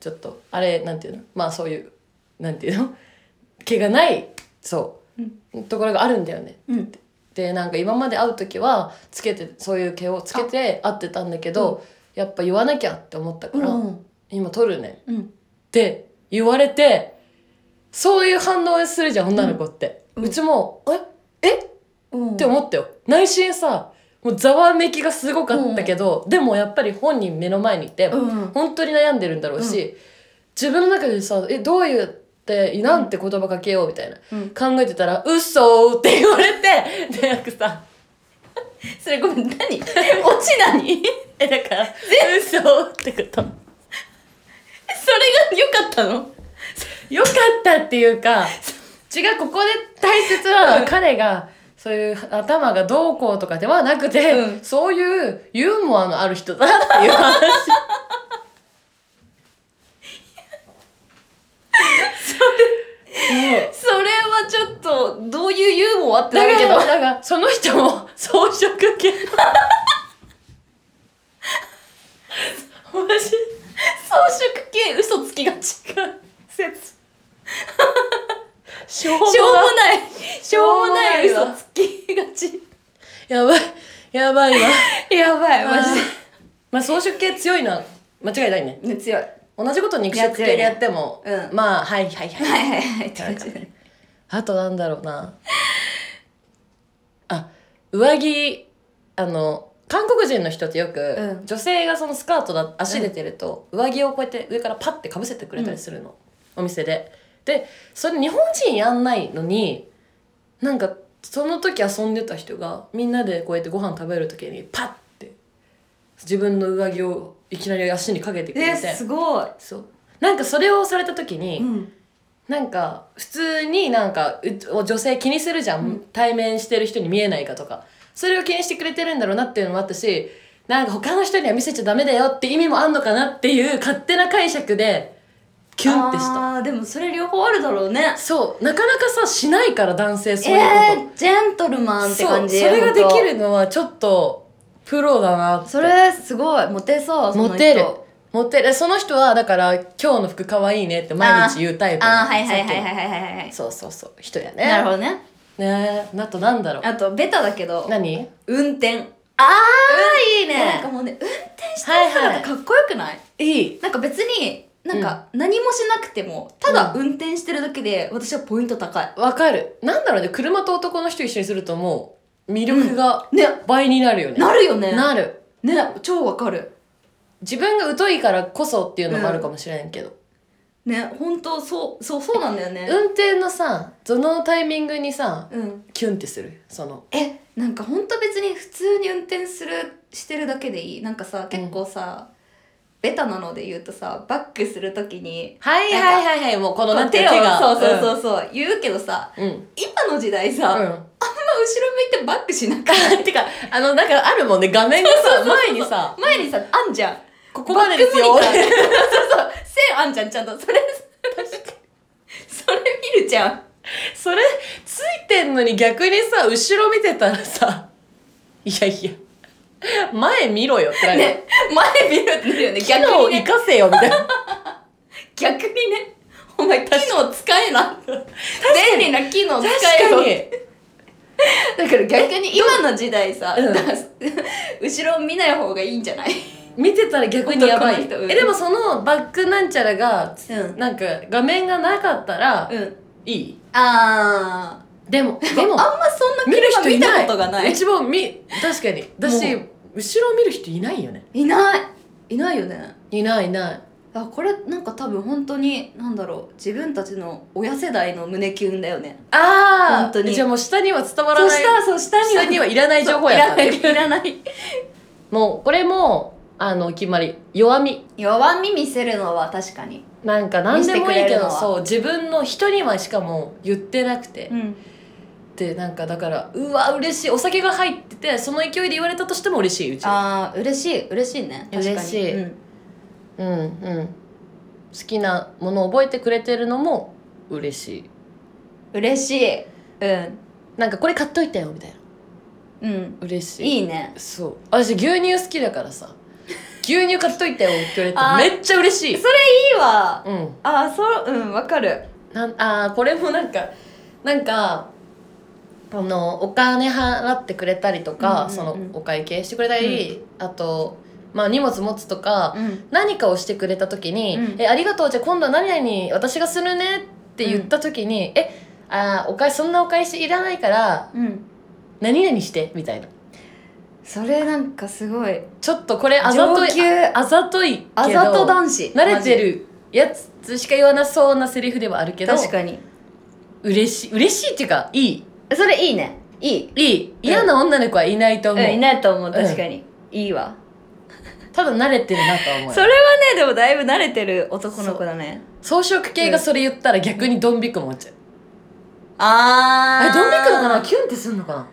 Speaker 1: ちょっとあれなんていうのまあそういうなんていうの毛がないそう、ところがあるんだよね
Speaker 2: うん
Speaker 1: でなんか今まで会う時はつけてそういう毛をつけて会ってたんだけど、やっぱ言わなきゃって思ったから、
Speaker 2: うん
Speaker 1: 今取るね
Speaker 2: うん
Speaker 1: って言われてそういう反応するじゃん女の子って、う
Speaker 2: うんうん
Speaker 1: ちも「ええっ?」
Speaker 2: うん
Speaker 1: て思ったよ、内心さもうざわめきがすごかったけど、でもやっぱり本人目の前にいて、
Speaker 2: うん
Speaker 1: 本当に悩んでるんだろうし、自分の中でさ「えどう言ってなんて言葉かけよう」みたいな、
Speaker 2: うん
Speaker 1: 考えてたら「嘘って言われてでなんかさ
Speaker 2: それごめん何 [LAUGHS] オチ何 [LAUGHS]
Speaker 1: 「えだから嘘ってこと
Speaker 2: それが良かったの
Speaker 1: 良かったっていうか [LAUGHS] 違うここで大切なのは彼がそういう頭がどうこうとかではなくて、
Speaker 2: うん
Speaker 1: そういうユーモアのある人だっていう話それ
Speaker 2: それはちょっとどういうユーモアって
Speaker 1: だ
Speaker 2: なる
Speaker 1: け
Speaker 2: け
Speaker 1: ど
Speaker 2: ど
Speaker 1: だからその人も装飾系
Speaker 2: 装
Speaker 1: マジ
Speaker 2: 飾系嘘つきがち
Speaker 1: か説しょうも
Speaker 2: しょうも
Speaker 1: ない
Speaker 2: ないしょうもない
Speaker 1: しょうもないわ
Speaker 2: 嘘つきがち
Speaker 1: やばいやばいわ
Speaker 2: [LAUGHS] やばいマジ
Speaker 1: まあ草食系強いのは間違いないね
Speaker 2: でね強いは
Speaker 1: 同じこと肉食系でやっても、
Speaker 2: いや強いねうん
Speaker 1: まあはいはいはい、
Speaker 2: いはいはいって感じだね
Speaker 1: あとなんだろうなあ上着あの韓国人の人ってよく、
Speaker 2: うん
Speaker 1: 女性がそのスカートだ足出てると、上着をこうやって上からパッてかぶせてくれたりするの、お店ででそれ日本人やんないのになんかその時遊んでた人がみんなでこうやってご飯食べる時にパッて自分の上着をいきなり足にかけてくれ
Speaker 2: え
Speaker 1: て、
Speaker 2: すごい
Speaker 1: そうなんかそれをされた時に、
Speaker 2: うん
Speaker 1: なんか普通になんかう女性気にするじゃん、対面してる人に見えないかとかそれを気にしてくれてるんだろうなっていうのもあったしなんか他の人には見せちゃダメだよって意味もあんのかなっていう勝手な解釈でキュンってした
Speaker 2: あーでもそれ両方あるだろうね
Speaker 1: そうなかなかさしないから男性そう
Speaker 2: え
Speaker 1: いうこ
Speaker 2: ージェントル
Speaker 1: と、
Speaker 2: マンって感じ
Speaker 1: そうそれができ
Speaker 2: 本
Speaker 1: るのはちょっとプロだなっ
Speaker 2: 当
Speaker 1: て
Speaker 2: それすごいモテそうその人
Speaker 1: モテるモテるその人はだから今日の服かわいいねって毎日言うタイプ
Speaker 2: あーはいはいはいはい
Speaker 1: い
Speaker 2: はいはいはい
Speaker 1: そうそうそう人やね
Speaker 2: なるほどね
Speaker 1: ねえあとなんだろう
Speaker 2: あとベタだけど
Speaker 1: 何
Speaker 2: 運転
Speaker 1: あ
Speaker 2: あいい
Speaker 1: ね
Speaker 2: なんかもうね運転してる姿かっこよくない
Speaker 1: ーいい
Speaker 2: なんか別になんか何もしなくてもただ運転してるだけで私はポイント高い
Speaker 1: わかるなんだろうね車と男の人一緒にするともう魅力が
Speaker 2: ね
Speaker 1: 倍になるよね、
Speaker 2: なるよね
Speaker 1: なる
Speaker 2: ね超わかる
Speaker 1: 自分が疎いからこそっていうのもあるかもしれんけど、
Speaker 2: ね本当そうそうそうなんだよね
Speaker 1: 運転のさそのタイミングにさ
Speaker 2: うん、
Speaker 1: キュンってするその
Speaker 2: えなんか本当別に普通に運転するしてるだけでいいなんかさ結構さ、ベタなので言うとさバックするときに
Speaker 1: はいはいはいはいもうこの
Speaker 2: こ
Speaker 1: な
Speaker 2: うん
Speaker 1: てい
Speaker 2: 手を
Speaker 1: う手が
Speaker 2: そうそうそうそう、言うけどさ
Speaker 1: うんうん
Speaker 2: 今の時代さ、あんま後ろ向いてバックしなくて
Speaker 1: うん、 [LAUGHS] てかあのなんかあるもんね画面がさ前に [LAUGHS] さ
Speaker 2: 前にさあんじゃん
Speaker 1: ここまでですよ
Speaker 2: バックモニターそうそう線あんじゃんちゃんとそれそれ見るじゃん
Speaker 1: それついてんのに逆にさ後ろ見てたらさいやいや前見ろよってなるよ、
Speaker 2: ね前見るってなるよね
Speaker 1: 機
Speaker 2: 逆
Speaker 1: 能
Speaker 2: に
Speaker 1: を生
Speaker 2: ね
Speaker 1: かせよみた
Speaker 2: [LAUGHS]
Speaker 1: いな
Speaker 2: 逆にねお前機能使えな便利な機能使え
Speaker 1: 確
Speaker 2: よ
Speaker 1: かに
Speaker 2: だから逆に今の時代さ、
Speaker 1: うん
Speaker 2: [LAUGHS] 後ろ見ない方がいいんじゃない
Speaker 1: 見てたら逆にやばい
Speaker 2: 男の人うん
Speaker 1: えでもそのバックなんちゃらが
Speaker 2: うん
Speaker 1: なんか画面がなかったら
Speaker 2: うん
Speaker 1: いい
Speaker 2: あ
Speaker 1: でもでも
Speaker 2: あんまそんな
Speaker 1: 見る
Speaker 2: 車
Speaker 1: 人い
Speaker 2: 見
Speaker 1: な
Speaker 2: た
Speaker 1: い
Speaker 2: ことがない
Speaker 1: 一番見確かにだし
Speaker 2: も
Speaker 1: 後ろを見る人いないよね
Speaker 2: いないいないよね
Speaker 1: いないいない
Speaker 2: あこれなんか多分本当に何だろう自分たちの親世代の胸キュンだよね
Speaker 1: あ
Speaker 2: 本当に
Speaker 1: じゃあもう下には伝わら
Speaker 2: そ
Speaker 1: な
Speaker 2: し
Speaker 1: い
Speaker 2: たらそう下には
Speaker 1: 下にはいらない情報
Speaker 2: いら
Speaker 1: やか
Speaker 2: な
Speaker 1: ら
Speaker 2: いいらない
Speaker 1: もうこれもあのお決まり弱み
Speaker 2: [LAUGHS] 弱み見せるのは確かに
Speaker 1: なんか何でも
Speaker 2: 見せてく
Speaker 1: いいけ
Speaker 2: れるの
Speaker 1: ど
Speaker 2: は
Speaker 1: そう自分の人にはしかも言ってなくて、
Speaker 2: ん
Speaker 1: でなんかだからうわ嬉しいお酒が入っててその勢いで言われたとしても嬉しいうち
Speaker 2: ああ嬉しい嬉しいね確かに
Speaker 1: 嬉しい
Speaker 2: うん
Speaker 1: うんうん好きなものを覚えてくれてるのも嬉しい
Speaker 2: 嬉しいうん
Speaker 1: なんかこれ買っといたよみたいな
Speaker 2: うん
Speaker 1: 嬉し
Speaker 2: い
Speaker 1: い
Speaker 2: いね
Speaker 1: そう私牛乳好きだからさ牛乳買っといたよって言わ
Speaker 2: あ
Speaker 1: れ
Speaker 2: ー
Speaker 1: てめっちゃ嬉しい
Speaker 2: そいいわ
Speaker 1: うん
Speaker 2: あーそううんわかる
Speaker 1: なんあーこれもなんかなんかあのお金払ってくれたりとか、
Speaker 2: うんうんうん
Speaker 1: そのお会計してくれたり、あと、まあ、荷物持つとか、
Speaker 2: うん
Speaker 1: 何かをしてくれた時に
Speaker 2: うん
Speaker 1: 「えありがとうじゃあ今度は何々私がするね」って言った時に「えあーおかそんなお返しいらないから
Speaker 2: うん
Speaker 1: 何々して」みたいな
Speaker 2: それなんかすごい
Speaker 1: ちょっとこれあざとい
Speaker 2: 上級
Speaker 1: ああざといけど
Speaker 2: あざと男子
Speaker 1: 慣れてるやつしか言わなそうなセリフではあるけど
Speaker 2: マジ確かに
Speaker 1: 嬉しい嬉しいっていうかいい
Speaker 2: それいいねいい
Speaker 1: いい嫌な女の子はいないと
Speaker 2: うん
Speaker 1: 思う、
Speaker 2: いないと思うん確かに、いいわ
Speaker 1: ただ慣れてるなとは思う
Speaker 2: それはねでもだいぶ慣れてる男の子だね
Speaker 1: 装飾系がそれ言ったら逆にドン引くもんちゃう
Speaker 2: あ
Speaker 1: あれドン引くのかな
Speaker 2: な
Speaker 1: キュンってすんのかな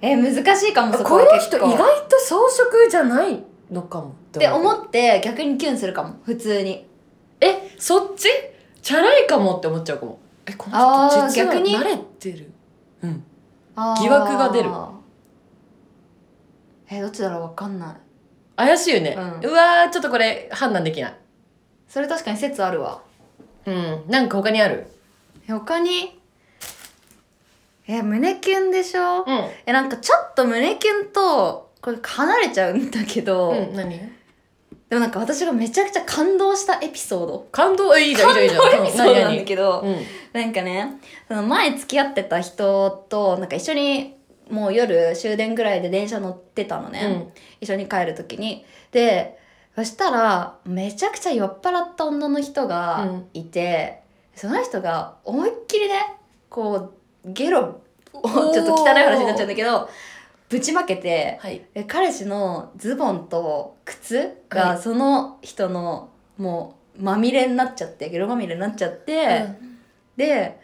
Speaker 2: え難しいかもそこ
Speaker 1: こ
Speaker 2: は
Speaker 1: の
Speaker 2: 結
Speaker 1: 人意
Speaker 2: 構
Speaker 1: 外と装飾じゃないのかもっ
Speaker 2: って思
Speaker 1: う
Speaker 2: って逆にキュンするかも普通に
Speaker 1: えそっちチャラいかもって思っちゃうかもえこの
Speaker 2: あー
Speaker 1: 人実は
Speaker 2: 逆に
Speaker 1: 慣れてるうん
Speaker 2: あー
Speaker 1: 疑惑が出る
Speaker 2: えどっちだろうわかんない
Speaker 1: 怪しいよね、う
Speaker 2: うん
Speaker 1: わーちょっとこれ判断できない
Speaker 2: それ確かに説あるわ
Speaker 1: うんなんか他にある
Speaker 2: え他にえ胸キュンでしょ
Speaker 1: うん
Speaker 2: えなんかちょっと胸キュンとこれ離れちゃうんだけど、
Speaker 1: うん何
Speaker 2: でもなんか私がめちゃくちゃ感動したエピソード
Speaker 1: 感動えいいじゃんいいじゃん
Speaker 2: 感
Speaker 1: いいじゃん
Speaker 2: 動エピソードなんだけど、
Speaker 1: うん何
Speaker 2: なんかねその前付き合ってた人となんか一緒にもう夜終電ぐらいで電車乗ってたのね、
Speaker 1: 々
Speaker 2: 一緒に帰る時にでそしたらめちゃくちゃ酔っ払った女の人がいて、その人が思いっきりねこうゲロ [LAUGHS] をちょ
Speaker 1: ー
Speaker 2: っと汚い話になっちゃうんだけどぶちまけ
Speaker 1: うん
Speaker 2: て
Speaker 1: はい
Speaker 2: え彼氏のズボンと靴が
Speaker 1: はい
Speaker 2: その人のもうまみれになっちゃってゲロまみれになっちゃって、で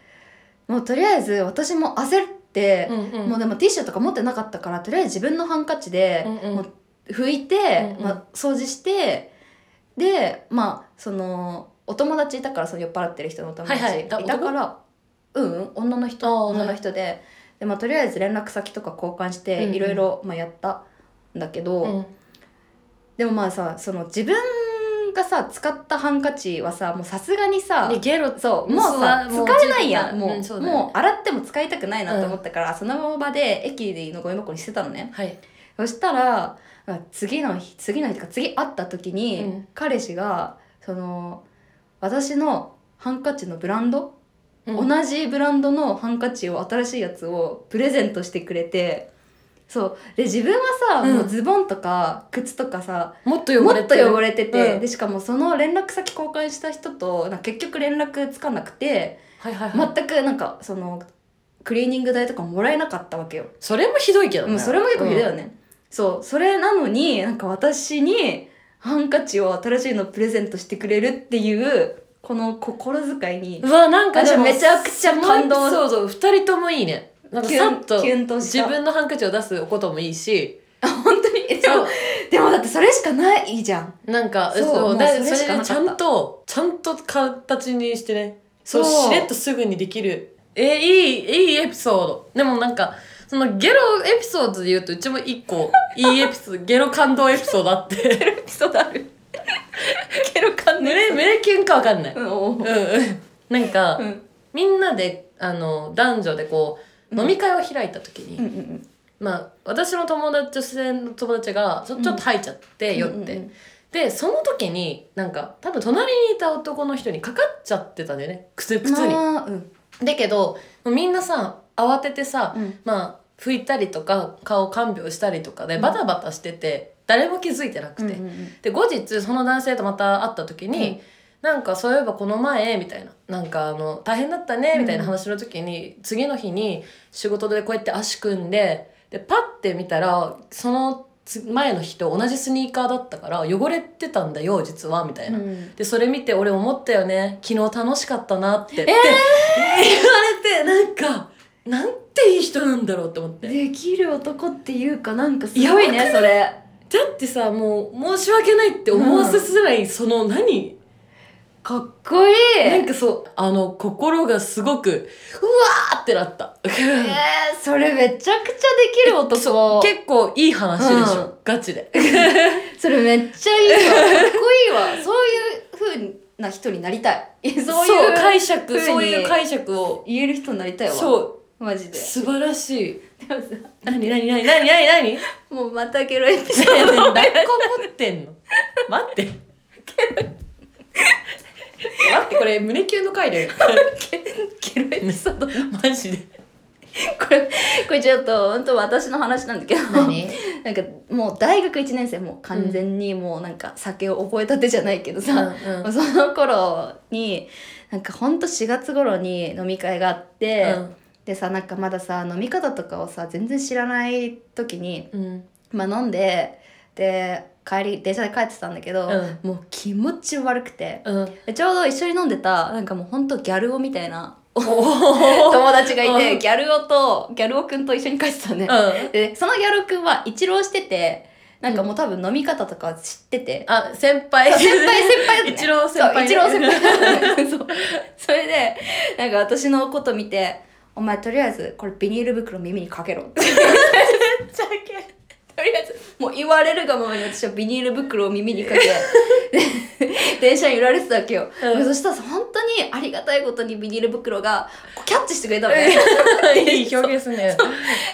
Speaker 2: もうとりあえず私も焦って、
Speaker 1: うんうん
Speaker 2: もうでもティッシュとか持ってなかったからとりあえず自分のハンカチで
Speaker 1: うんうん
Speaker 2: もう拭いて、
Speaker 1: うんうん
Speaker 2: まあ、掃除してでまあそのお友達いたからその酔っ払ってる人のお友
Speaker 1: はいは
Speaker 2: 達
Speaker 1: い
Speaker 2: い
Speaker 1: あ
Speaker 2: たから、うんうん女の
Speaker 1: あー
Speaker 2: 人
Speaker 1: はい
Speaker 2: 女の人で,、でまあ、とりあえず連絡先とか交換し
Speaker 1: う
Speaker 2: て
Speaker 1: んうん
Speaker 2: いろいろまあやったんだけど、
Speaker 1: うん
Speaker 2: でもまあさその自分がさ使ったハンカチはさもうさすがにさ
Speaker 1: でゲロ
Speaker 2: そうもうさ
Speaker 1: もう
Speaker 2: 使えないやん
Speaker 1: もう
Speaker 2: もう,、
Speaker 1: うんそうだよね
Speaker 2: もう洗っても使いたくないなと思ったから、その場で駅でのゴミ箱に捨てたのね
Speaker 1: はい
Speaker 2: そしたら次の日次の日とか次会った時に、
Speaker 1: うん
Speaker 2: 彼氏がその私のハンカチのブランド、同じブランドのハンカチを新しいやつをプレゼントしてくれてそうで自分はさ、
Speaker 1: うん
Speaker 2: もうズボンとか靴とかさ
Speaker 1: もっと汚
Speaker 2: も
Speaker 1: れ
Speaker 2: ってと
Speaker 1: る
Speaker 2: 汚れてて、
Speaker 1: うん
Speaker 2: でしかもその連絡先交換した人となんか結局連絡つかなくて、
Speaker 1: はいはいはい、
Speaker 2: 全くなんかそのクリーニング代とかもらえなかったわけよ、
Speaker 1: それもひどいけどね
Speaker 2: もうそれも結構ひどいよね、そうそれなのになんか私にハンカチを新しいのプレゼントしてくれるっていうこの心遣いに
Speaker 1: うんうわなんかでも
Speaker 2: 私めちゃくちゃ感動
Speaker 1: そうそう二人ともいいねなんか
Speaker 2: キュ
Speaker 1: さっ
Speaker 2: ン
Speaker 1: と
Speaker 2: キュンとした
Speaker 1: 自分のハンカチを出すこともいいし
Speaker 2: 本当にえでもでもだってそれしかないじゃん
Speaker 1: なんか
Speaker 2: そうもう
Speaker 1: だそ
Speaker 2: それしか
Speaker 1: れ
Speaker 2: な
Speaker 1: で
Speaker 2: かっ
Speaker 1: ち
Speaker 2: た
Speaker 1: ゃんとちゃんと形にしてねそう
Speaker 2: そう
Speaker 1: しれっとすぐにできるえいいいいエピソードでもなんかそのゲロエピソードで言うとうちも一
Speaker 2: [LAUGHS]
Speaker 1: 個いいエピソードゲロ感動エピソードあって
Speaker 2: エピソードあ
Speaker 1: [LAUGHS]
Speaker 2: るケロカン
Speaker 1: メレメレキュンかわかんない、
Speaker 2: うんお
Speaker 1: うん
Speaker 2: ー
Speaker 1: うん、なんか、
Speaker 2: うん
Speaker 1: みんなであの男女でこう飲み会を開いた時に、
Speaker 2: うんうん
Speaker 1: まあ私の友達女性の友達がちょちょっと吐いちゃって、酔って、
Speaker 2: うん
Speaker 1: でその時になんか多分隣にいた男の人にかかっちゃってたんだよねくつ
Speaker 2: うん
Speaker 1: 靴に。
Speaker 2: まあうん
Speaker 1: だけどみんなさ慌ててさ、
Speaker 2: うん
Speaker 1: まあ拭いたりとか顔看病したりとかで
Speaker 2: うん
Speaker 1: バタバタしてて、誰も気づいてなくて、
Speaker 2: うんうんうん
Speaker 1: で後日その男性とまた会った時に、
Speaker 2: うん
Speaker 1: なんかそういえばこの前みたいななんかあの大変だったねみたいな話の時に、次の日に仕事でこうやって足組んででパッて見たらそのつ前の日と同じスニーカーだったから汚れてたんだよ実はみたいな。
Speaker 2: うん
Speaker 1: でそれ見て俺思ったよね昨日楽しかったなってって、言われてなんかなんていい人なんだろうって思って
Speaker 2: できる男っていうかなんかすごい
Speaker 1: やば
Speaker 2: ね
Speaker 1: く
Speaker 2: それ
Speaker 1: だってさもう申し訳ないって思わせづらい、その何
Speaker 2: かっこいい
Speaker 1: なんかそうあの心がすごくうわーってなった
Speaker 2: え
Speaker 1: [LAUGHS]
Speaker 2: ー、それめちゃくちゃできる男
Speaker 1: 結構いい話でしょ、
Speaker 2: うん
Speaker 1: ガチで
Speaker 2: それめっちゃいいわかっこいいわそういうふうな人になりたいいやそういう
Speaker 1: 解釈
Speaker 2: 風に
Speaker 1: そういう解釈を
Speaker 2: 言える人になりたいわ
Speaker 1: そう
Speaker 2: マジで
Speaker 1: 素晴らしい
Speaker 2: でもさ
Speaker 1: 何何何何何何
Speaker 2: もうまたゲロエピソード
Speaker 1: 何何抱っこ持ってんの待って待ってこれ胸キュンの回だよ
Speaker 2: ゲ [LAUGHS] ロエピソードこ
Speaker 1: マジで
Speaker 2: れこれちょっと本当私の話なんだけどなんかもう大学1年生もう完全にもうなんか酒を覚えたてじゃないけどさ、
Speaker 1: うんうん
Speaker 2: その頃になんかほんと4月頃に飲み会があって、
Speaker 1: うん
Speaker 2: でさなんかまださ飲み方とかをさ全然知らない時に、
Speaker 1: うん
Speaker 2: まあ、飲んでで帰り電車で帰ってたんだけど、
Speaker 1: うん
Speaker 2: もう気持ち悪くて、
Speaker 1: うん
Speaker 2: でちょうど一緒に飲んでたなんかもうほんとギャル男みたいな
Speaker 1: おお
Speaker 2: 友達がいて、
Speaker 1: うん
Speaker 2: ギャル男とギャル男くんと一緒に帰ってたね、
Speaker 1: うん
Speaker 2: でそのギャルくんは一浪しててなんかもう多分飲み方とかは知ってて、
Speaker 1: あ先輩
Speaker 2: そう先輩先輩だね
Speaker 1: [LAUGHS] 一郎先
Speaker 2: そう
Speaker 1: 輩ね
Speaker 2: 一郎先輩 [LAUGHS] そうそれでなんか私のこと見て「お前とりあえずこれビニール袋耳にかけろ」とりあえずもう言われるがままに私はビニール袋を耳にかけ [LAUGHS] で電車に揺られてたわけよ、
Speaker 1: うん
Speaker 2: そしたらさ本当にありがたいことにビニール袋がこうキャッチしてくれたのね [LAUGHS]
Speaker 1: いい表現すね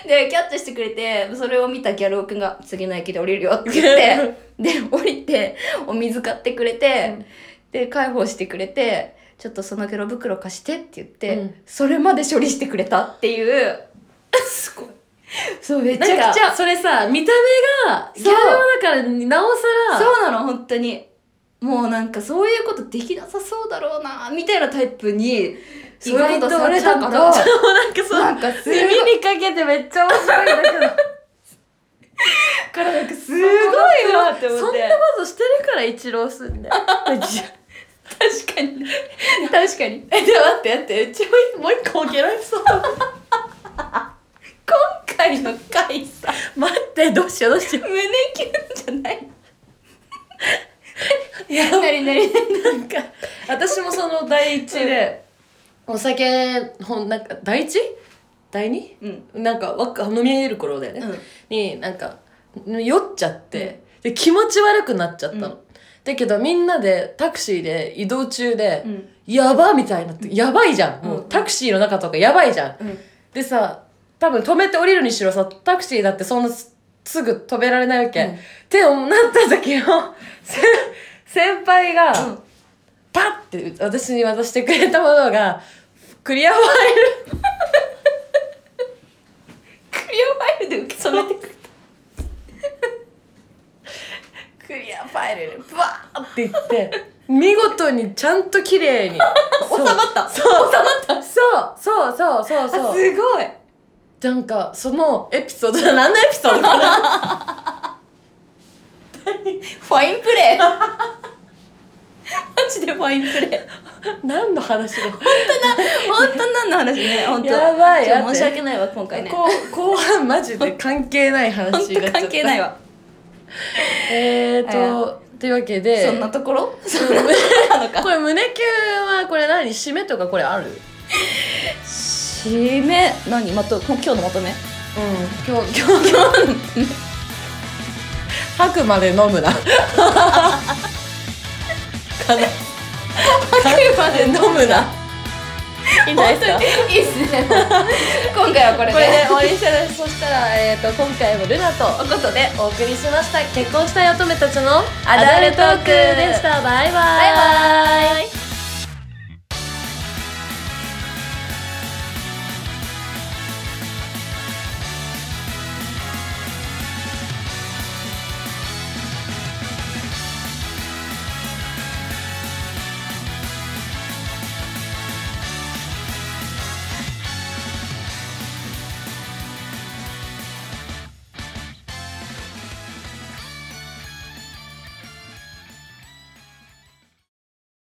Speaker 2: でキャッチしてくれてそれを見たギャル男くんが「次の駅で降りるよ」って言ってで降りてお水買ってくれて、
Speaker 1: うん
Speaker 2: で介抱してくれて「ちょっとそのゲロ袋貸して」って言って、
Speaker 1: うん
Speaker 2: それまで処理してくれたっていう
Speaker 1: すごい
Speaker 2: そうめち
Speaker 1: なん
Speaker 2: ゃ
Speaker 1: か
Speaker 2: くちゃ
Speaker 1: それさ見た目が
Speaker 2: そ
Speaker 1: ギ
Speaker 2: う
Speaker 1: ャル男だからなおさら
Speaker 2: そうなの本当にもうなんかそういうことできなさそうだろうなみたいなタイプにそういうことされたか
Speaker 1: 意外
Speaker 2: ら
Speaker 1: とちょっとなんかそう
Speaker 2: なんかすごい
Speaker 1: 耳にかけてめっちゃ面白いんだけど
Speaker 2: からなんかすごい
Speaker 1: す
Speaker 2: わって思
Speaker 1: そ
Speaker 2: っ
Speaker 1: ん
Speaker 2: て
Speaker 1: なことしてるから一郎すんで
Speaker 2: 確かに確かに
Speaker 1: [LAUGHS] えでも待って待ってうちももう一個ゲロエピソード
Speaker 2: 今回の回さ
Speaker 1: 待ってどうしようどうしよ
Speaker 2: 胸キュンじゃないう
Speaker 1: いや
Speaker 2: なになに
Speaker 1: なんか私もその第一でお酒ほんなんか第一第二
Speaker 2: うん
Speaker 1: なんかわ飲みえる頃だよね、
Speaker 2: うん
Speaker 1: になんか酔っちゃって、で気持ち悪くなっちゃったの、
Speaker 2: うん
Speaker 1: だけどみんなでタクシーで移動中で、
Speaker 2: うん
Speaker 1: やばみたいになってやばいじゃん、もううんタクシーの中とかやばいじゃん、
Speaker 2: うん
Speaker 1: でさ多分止めて降りるにしろさタクシーだってそんなすすぐ止められないわけ、
Speaker 2: うん
Speaker 1: ってなった時の [LAUGHS] せ先輩が、
Speaker 2: うん
Speaker 1: パッて私に渡してくれたものがクリアファイ
Speaker 2: クリアファイルで受け止めてくれたクリアファイルでブワー
Speaker 1: ルって言って
Speaker 2: [LAUGHS]
Speaker 1: 見事にちゃんと綺麗に
Speaker 2: 収まった
Speaker 1: そう収まったそうそうそうそう
Speaker 2: あ
Speaker 1: そう
Speaker 2: すごい
Speaker 1: なんかそのエピソード何のエピソード
Speaker 2: [LAUGHS]
Speaker 1: かな
Speaker 2: ファインプレーマジでファインプレー
Speaker 1: 何の話だ
Speaker 2: 本当なんの話ね本当
Speaker 1: やばい
Speaker 2: ちょっ
Speaker 1: だっ
Speaker 2: と
Speaker 1: て
Speaker 2: 申し訳ないわ今回ね
Speaker 1: こう後半マジで関係ない
Speaker 2: 本
Speaker 1: 話にな
Speaker 2: 当
Speaker 1: っちゃった
Speaker 2: 関係ないわ
Speaker 1: [LAUGHS] えーと、というわけで
Speaker 2: そんなところそんな [LAUGHS] のか
Speaker 1: [LAUGHS] これ胸キュンはこれ何締めとかこれある
Speaker 2: 締め何まと今日のまとめ
Speaker 1: 今日今日今日吐くまで [LAUGHS] 飲むなかな吐くまで飲むないいんじゃないですか
Speaker 2: いいっすね今回はこれで
Speaker 1: これで終わりにしたいですそしたら、えー、と今回もルナとおことでお送りしました結婚したい乙女たちのアダルトークでしたバ
Speaker 2: バ
Speaker 1: イバイ
Speaker 2: イバイ